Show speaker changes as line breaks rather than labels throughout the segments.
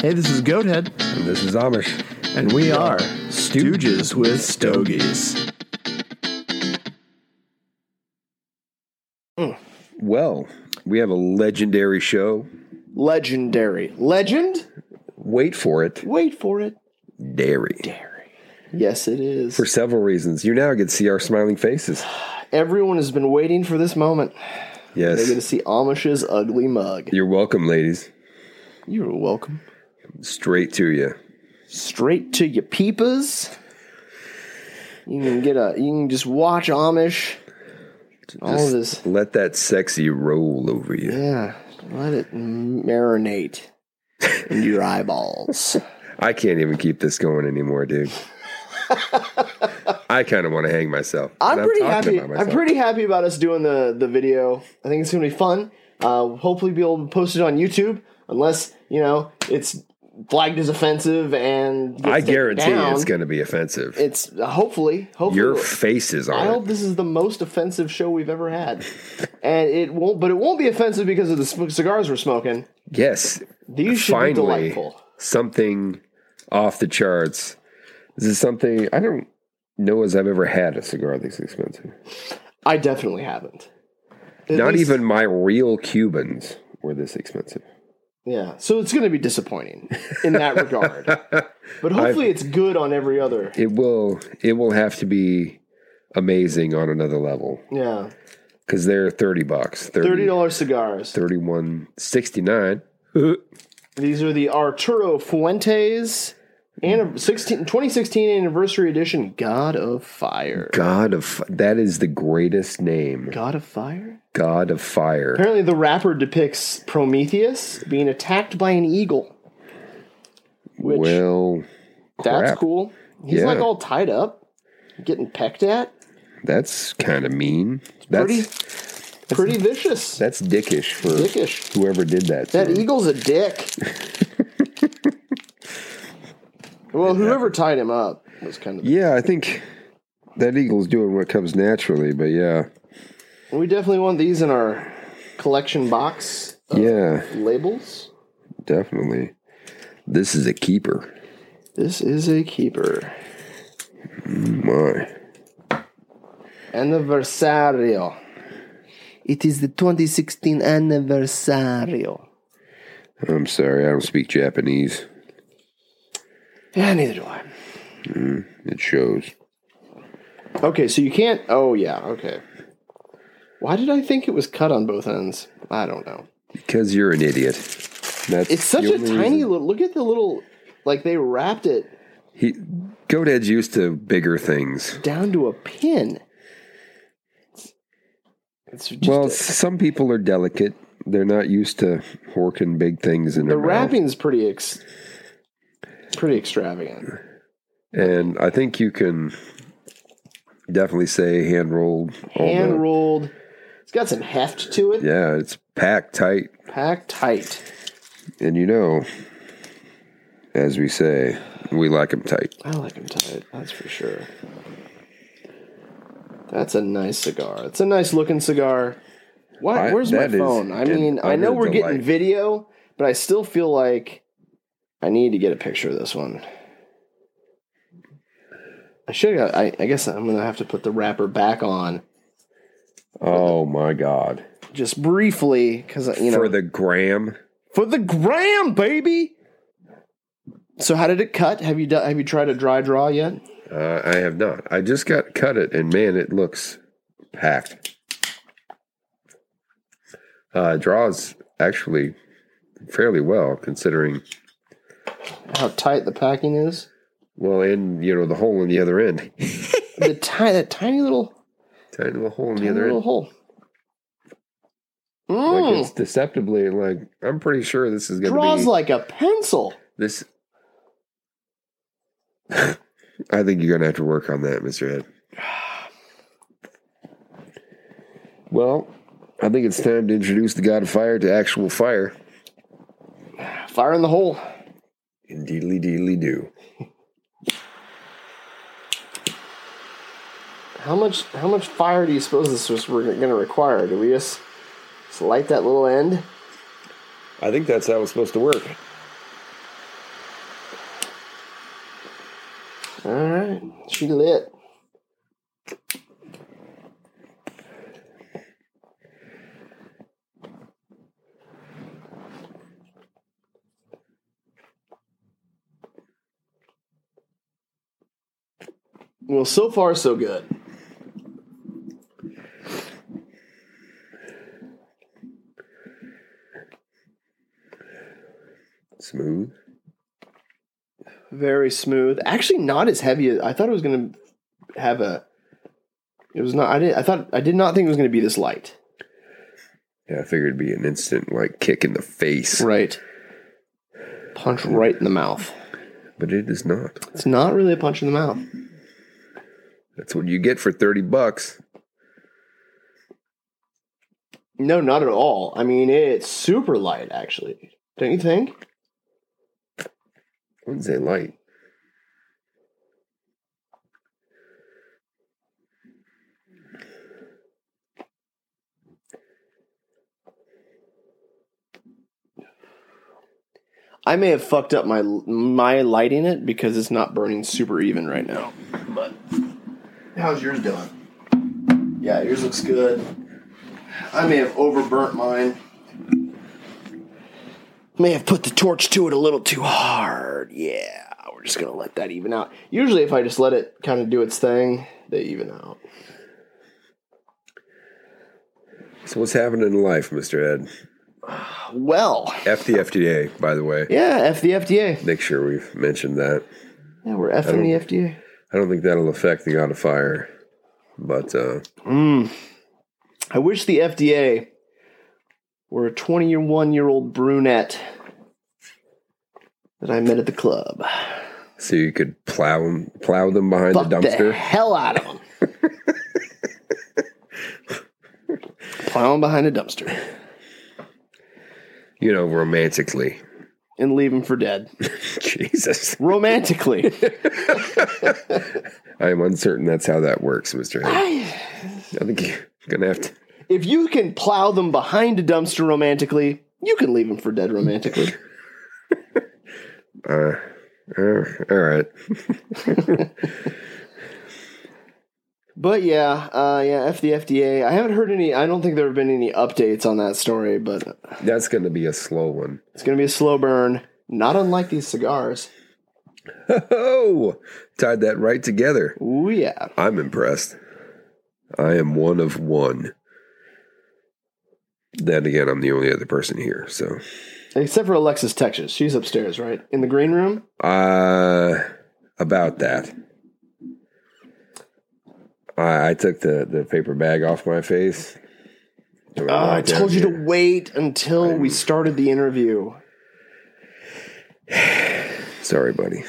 Hey, this is Goathead,
And this is Amish.
and we are Stooges with Stogies.
Well, we have a legendary show.
Legendary. Legend?
Wait for it.
Wait for it.
Dairy.
Yes, it is.
For several reasons. You now get to see our smiling faces.
Everyone has been waiting for this moment. They're going to
Yes.
see Amish's ugly mug.
You're welcome, ladies.
You're welcome.
Straight to you.
Straight to your peepers. You can get a. You can just watch Amish. All this.
Let that sexy roll over you.
Yeah. Let it marinate in your eyeballs.
I can't even keep this going anymore, dude. I kind of want to hang myself.
I'm
And
pretty
talking
happy.
about
I'm
myself.
pretty happy about us doing the the video. I think it's gonna be fun. Uh, hopefully, be able to post it on YouTube, unless you know it's flagged as offensive and gets
I
taken
guarantee
down.
it's going to be offensive.
It's hopefully, hopefully,
Your face is
I
on
hope
it.
this is the most offensive show we've ever had, and it won't. But it won't be offensive because of the sm- cigars we're smoking.
Yes.
These should be
Finally,
delightful.
something off the charts. This is something I don't know as I've ever had a cigar this expensive.
I definitely haven't. At
Not
least-
even my real Cubans were this expensive.
Yeah. So it's going to be disappointing in that regard. But hopefully, it's good on every other.
It will it will have to be amazing on another level
Yeah.
because they're 30 bucks 30,
Thirty dollar cigars.
31 69
These are the Arturo Fuentes and 16, 2016 anniversary edition. God of Fire.
god of F- that is the greatest name
God of Fire.
god of fire
Apparently, the wrapper depicts Prometheus being attacked by an eagle. Which
well
that's
crap.
cool. He's
Yeah.
like all tied up, getting pecked at.
that's kind of mean that's
pretty- Pretty vicious,
that's dickish for
dickish.
whoever did that to
That
him.
eagle's a dick. well, whoever tied him up was kind of.
Yeah, I think that eagle's doing what comes naturally, but yeah,
We definitely want these in our collection box. of
yeah,
labels.
definitely. This is a keeper.
This is a keeper.
My,
Anniversario. It is the 2016 anniversario.
I'm sorry, I don't speak Japanese.
Yeah, neither do I.
It shows.
Okay, so you can't. Oh, yeah, okay. Why did I think it was cut on both ends? I don't know.
Because you're an idiot. That's
It's such
the
a
only
tiny
reason-
little. Look at the little. Like they wrapped it
He, Godad's used to bigger things.
down to a pin. It's just
well,
a-
s some people are delicate. They're not used to horking big things in
the
their mouth.
wrapping's pretty ex, pretty extravagant.
And I think you can definitely say hand rolled. all the-
Hand rolled. It's got some heft to it.
Oh, Yeah, it's packed tight.
Pack tight.
And you know, as we say, we like 'em tight.
I like them tight. That's for sure. That's a nice cigar. It's a nice looking cigar. Why,
I-
where's my
that is
phone? I
an
mean, I know
utter
we're getting
delight.
video, but I still feel like I need to get a picture of this one. I should. Have, I, I guess I'm gonna have to put the wrapper back on
Oh my God.
just briefly because you know
For the gram,
for the gram, baby. So how did it cut? Have you done, have you tried a dry draw yet?
uh, I have not. I just got cut it, and man, it looks packed. Uh, draws actually fairly well considering,
How tight the packing is.
well, and you know, the hole in the other end.
the tiny, that tiny little,
Tiny little hole in the
tiny
other
little
end.
hole.
Like
Mm,
it's deceptively like I'm pretty sure this is gonna
draws
be
like a pencil.
this. I think you're gonna have to work on that, Mister Head. Well, I think it's time to introduce the God of Fire to actual fire.
Fire in the hole.
Indeedly, deedly do.
How much? How much fire do you suppose this was we're going to require? Do we just, just light that little end?
I think that's how it's supposed to work.
right, she lit. Well, so far so good.
Smooth.
Very smooth. Actually, not as heavy. as I thought it was gonna have a. It was not. I did. I thought. I did not think it was gonna be this light.
Yeah, I figured it'd be an instant like kick in the face,
Right. Punch right in the mouth.
but it is not.
It's not really a punch in the mouth.
That's what you get for thirty bucks.
No, not at all. I mean, it's super light, actually. Don't you think?
I wouldn't say light.
I may have fucked up my my lighting it because it's not burning super even right now. But how's yours doing? Yeah, yours looks good. I may have overburnt mine. May have put the torch to it a little too hard. Yeah, we're just gonna let that even out. Usually, if I just let it kind of do its thing, they even out.
So what's happening in life, Mister Ed?
Well,
F the FDA, by the way.
yeah, f the FDA.
Make sure we've mentioned that.
Yeah, we're effing the FDA.
I don't think that'll affect the God of Fire, but uh,
I wish the FDA were a 21 year old brunette that I met at the club.
so you could plow them, plow them behind
Fuck
the
the
dumpster.
hell out of them. Plowing behind a dumpster
You know, romantically.
and leave them for dead.
Jesus,
Romantically.
I am uncertain that's how that works, Mister Ed. I think you're gonna have to.
if you can plow them behind a dumpster romantically, you can leave them for dead romantically.
Uh, all right.
But yeah, uh, yeah, F the FDA. I haven't heard any, I don't think there have been any updates on that story, but
That's going to be a slow one.
It's going to be a slow burn, not unlike these cigars.
Oh, tied that right together.
Ooh, yeah.
I'm impressed. I am one of one. Then again, I'm the only other person here. So,
Except for Alexis Texas. She's upstairs, right? In the green room?
uh, about that, I, I took the, the paper bag off my face. and
Uh, I
walked down
told you
here.
to wait until we started the interview.
Sorry, buddy.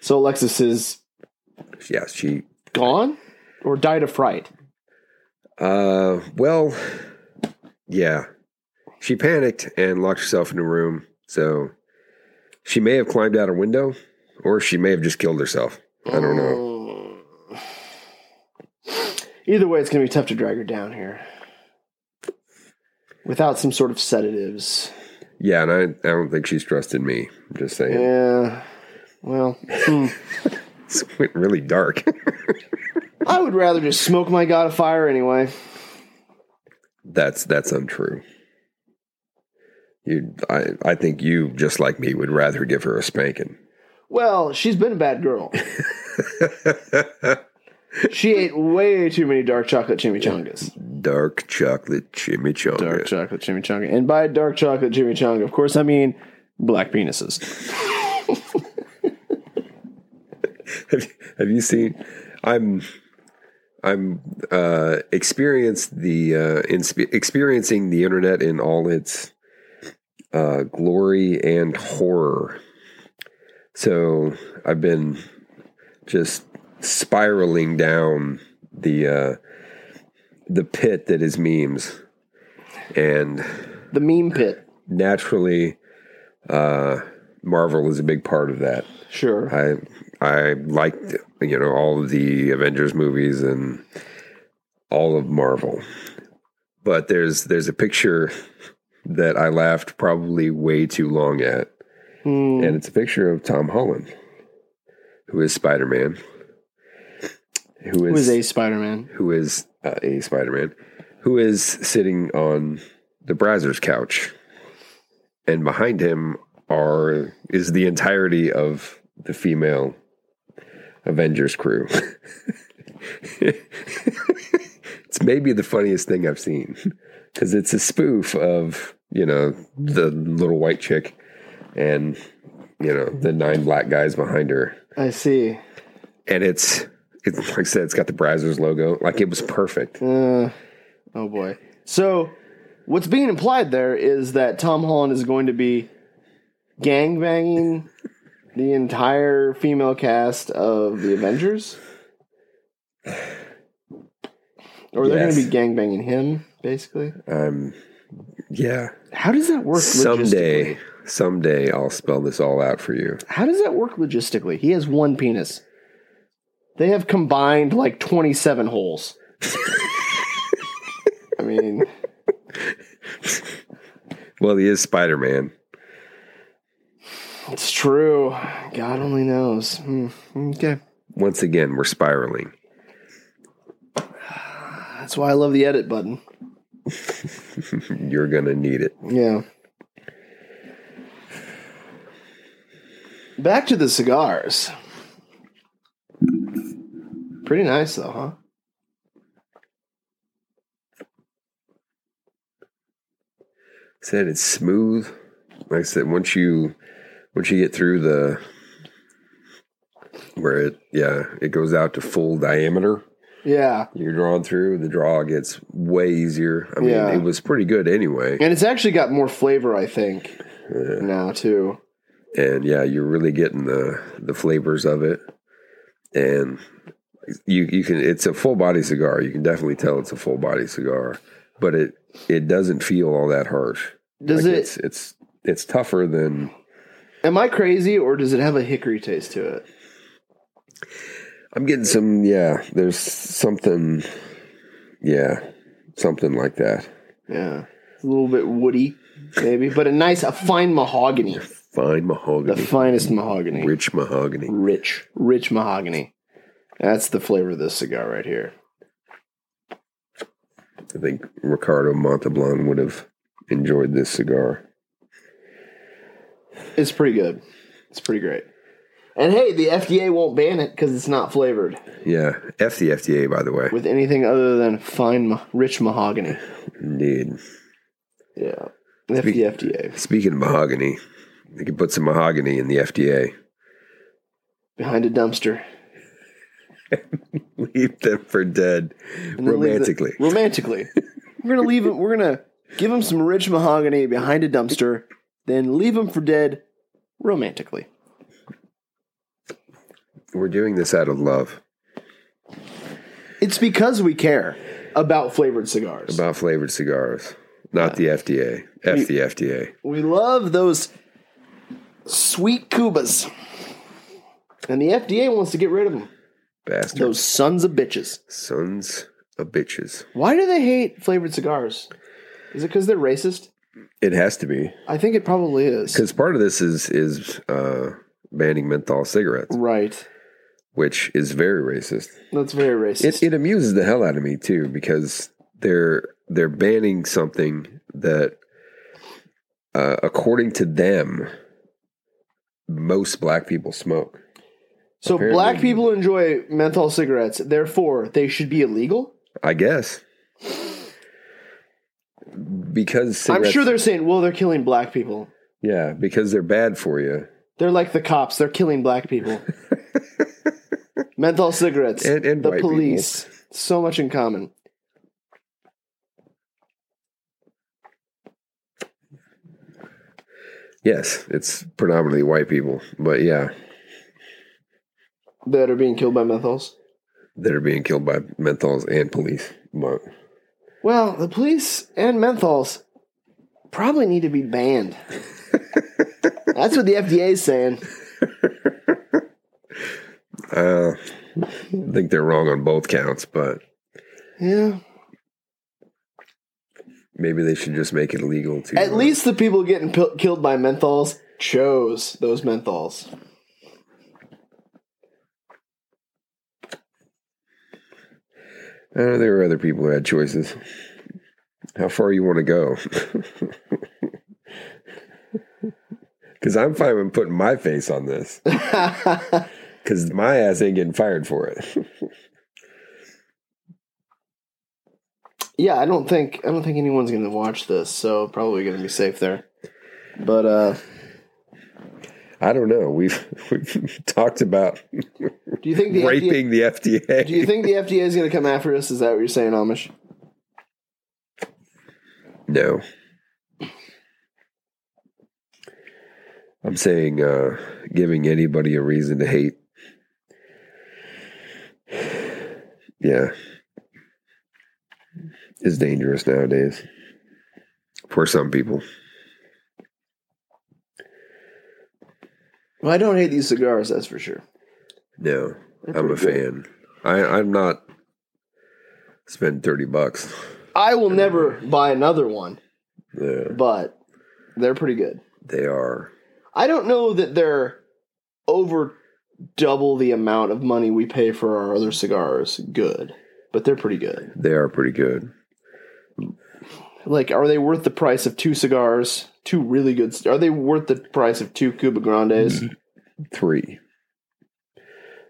So Alexis is
Yeah, she
gone or died of fright?
Uh, well, yeah. She panicked and locked herself in a room. So she may have climbed out a window or she may have just killed herself. I don't
Mm.
know.
Either way, it's going to be tough to drag her down here without some sort of sedatives.
Yeah, and I, I don't think she's trusted me. I'm just saying.
Yeah. Well, hmm.
It's went really dark.
I would rather just smoke my god of fire anyway.
that's that's untrue. You I I think you just like me would rather give her a spanking.
Well, she's been a bad girl. she ate way too many dark chocolate chimichangas.
Dark chocolate chimichanga.
Dark chocolate chimichanga. And by dark chocolate chimichanga, of course, I mean black penises.
have, you- have you seen i'm i'm uh experienced the uh inspe- experiencing the internet in all its uh glory and horror so i've been just spiraling down the uh the pit that is memes and
The meme pit.
naturally uh marvel is a big part of that
Sure.
I I liked you know all of the Avengers movies and all of Marvel, but there's there's a picture that I laughed probably way too long at,
Hmm.
and it's a picture of Tom Holland, who is Spider Man, who
Who
is
is a Spider Man?
who is uh, a Spider Man, who is sitting on the Brazzers couch, and behind him are is the entirety of the female Avengers crew. it's maybe the funniest thing I've seen because it's a spoof of you know the little white chick and you know the nine black guys behind her
I see.
and it's it's like I said, it's got the Brazzers logo. Like it was perfect.
Uh, oh boy. So, what's being implied there is that Tom Holland is going to be gangbanging the entire female cast of the Avengers, or they're
Yes.
going to be gangbanging him, basically.
Um, yeah.
How does that work? logistically?
Someday, someday I'll spell this all out for you.
How does that work logistically? He has one penis. They have combined like 27 holes. I mean,
Well, he is Spider Man.
it's true. God only knows. Hmm. Okay.
Once again, we're spiraling.
That's why I love the edit button.
You're gonna need it.
Yeah. Back to the cigars. Pretty nice, though, huh?
Said it's smooth. Like I said, once you once you get through the where it yeah it goes out to full diameter.
Yeah.
You're drawn through. The draw gets way easier. I mean,
Yeah.
it was pretty good anyway.
And it's actually got more flavor, I think,
Yeah.
now, too.
and yeah, you're really getting the the flavors of it, and you you can it's a full body cigar. You can definitely tell it's a full body cigar, but it it doesn't feel all that harsh.
Does
Like,
it.
It's, it's it's tougher than
Am I crazy, or does it have a hickory taste to it?
I'm getting some. Yeah, there's something. Yeah, something like that.
Yeah, it's a little bit woody, maybe, but a nice, a fine mahogany,
Fine
the
mahogany,
finest mahogany, rich,
rich mahogany.
rich, mahogany. That's the flavor of this cigar right here.
I think Ricardo Montalban would have enjoyed this cigar.
It's pretty good. It's pretty great. And hey, the FDA won't ban it because it's not flavored
Yeah, f the FDA, by the way.
with anything other than fine, ma- rich mahogany.
Indeed.
Yeah, F the FDA
Speaking of mahogany, they could put some mahogany in the FDA.
behind a dumpster.
Leave them for dead
And then leave the-
romantically.
romantically. We're gonna leave him. We're gonna give him some rich mahogany behind a dumpster, then leave him for dead romantically.
We're doing this out of love
It's because we care about flavored cigars.
about flavored cigars, not the FDA. F the FDA.
we love those sweet Cubas, and the FDA wants to get rid of them.
Bastards.
Those sons of bitches.
Sons of bitches.
Why do they hate flavored cigars? Is it because they're racist?
It has to be.
I think it probably is.
Because part of this is is uh, banning menthol cigarettes,
Right.
which is very racist.
That's very racist.
It, it amuses the hell out of me too because they're they're banning something that, uh, according to them, most black people smoke.
So
Apparently-
black people enjoy menthol cigarettes, therefore they should be illegal.
I guess because cigarettes,
I'm sure they're saying, "Well, they're killing black people.
yeah because they're bad for you
They're like the cops. They're killing black people." menthol cigarettes
and and
the
white people.
police. So much in common.
Yes, it's predominantly white people, but yeah,
That are being killed by menthols.
that are being killed by menthols and police. But
Well, the police and menthols probably need to be banned. That's what the FDA is saying.
uh, I think they're wrong on both counts, but.
Yeah.
Maybe they should just make it illegal to
At
uh,
least the people getting pil- killed by menthols chose those menthols.
Uh, there were other people who had choices. How far you want to go? Because I'm fine with putting my face on this. Because my ass ain't getting fired for it.
yeah, I don't think I don't think anyone's gonna watch this, so probably gonna be safe there. But uh,
I don't know. We've we've talked about
do you think the FDA,
raping the FDA.
do you think the FDA is gonna come after us? Is that what you're saying, Amish?
No. I'm saying uh, giving anybody a reason to hate. Yeah. Is dangerous nowadays for some people.
Well, I don't hate these cigars, that's for sure.
No,
They're
I'm a
pretty good.
fan. I, I'm not spend 30 bucks.
I will never buy another one,
Yeah,
but they're pretty good.
they are.
I don't know that they're over double the amount of money we pay for our other cigars good, but they're pretty good.
They are pretty good.
Like, are they worth the price of two cigars? Two really good. c- Are they worth the price of two Cuba Grandes?
Mm-hmm. Three.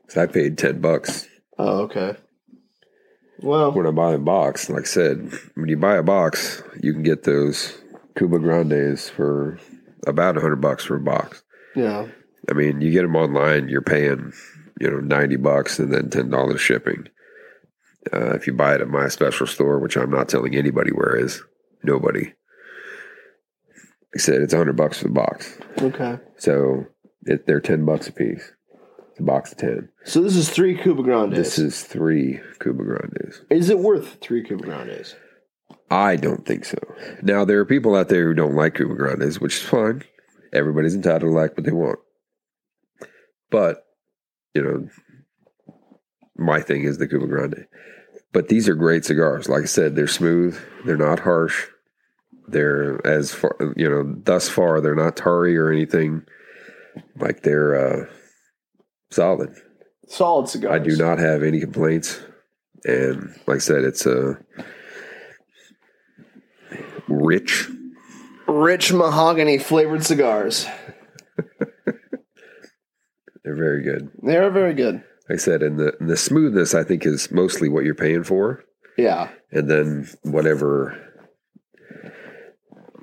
'Cause I paid 10 bucks
Oh, okay. Well,
when I buy a box, like I said, when you buy a box, you can get those Cuba Grandes for about a hundred bucks for a box.
yeah,
I mean, you get them online, you're paying, you know, ninety bucks and then ten dollars shipping. Uh, if you buy it at my special store, which I'm not telling anybody where is, nobody. Like I said, it's a hundred bucks for the box,
okay.
so it, they're ten bucks a piece. It's a box of ten.
So this is three Cuba Grandes.
This is three Cuba Grandes.
is it worth three Cuba Grandes?
I don't think so. Now there are people out there who don't like Cuba Grandes, which is fine. Everybody's entitled to like what they want. But you know, my thing is the Cuba Grande. But these are great cigars. Like I said, they're smooth. They're not harsh. They're as far you know. Thus far, they're not tarry or anything. Like they're uh, solid.
Solid cigars.
I do not have any complaints. And like I said, it's uh, a rich.
Rich mahogany flavored cigars.
They're very good.
They are very good.
Like I said, and the and the smoothness I think is mostly what you're paying for,
Yeah.
and then whatever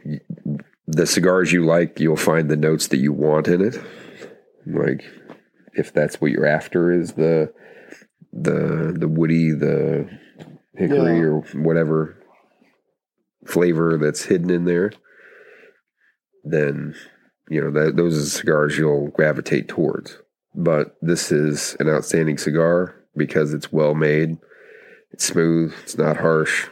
y- the cigars you like, you'll find the notes that you want in it. Like if that's what you're after is the the the woody, the hickory
Yeah.
or whatever flavor that's hidden in there, then you know that those are the cigars you'll gravitate towards. But this is an outstanding cigar because it's well made, it's smooth, it's not harsh.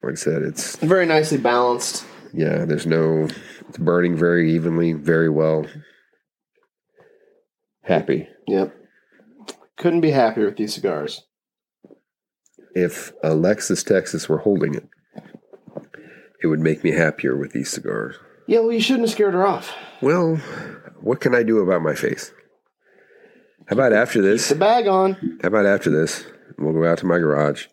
Like I said, it's
Very nicely balanced.
yeah, there's no. It's burning very evenly, very well. Happy.
Yep. Couldn't be happier with these cigars.
If Alexis Texas were holding it, it would make me happier with these cigars.
Yeah, well, you shouldn't have scared her off.
Well, what can I do about my face? How about after this?
The bag on.
How about after this? We'll go out to my garage,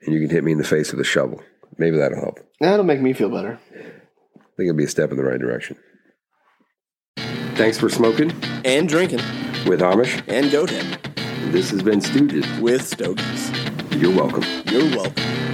and you can hit me in the face with a shovel. Maybe that'll help. I
That'll make me feel better.
think it'll be a step in the right direction. Thanks for smoking
And drinking.
with Amish.
And goathead.
This has been Stooges.
With Stogies.
You're welcome.
You're welcome.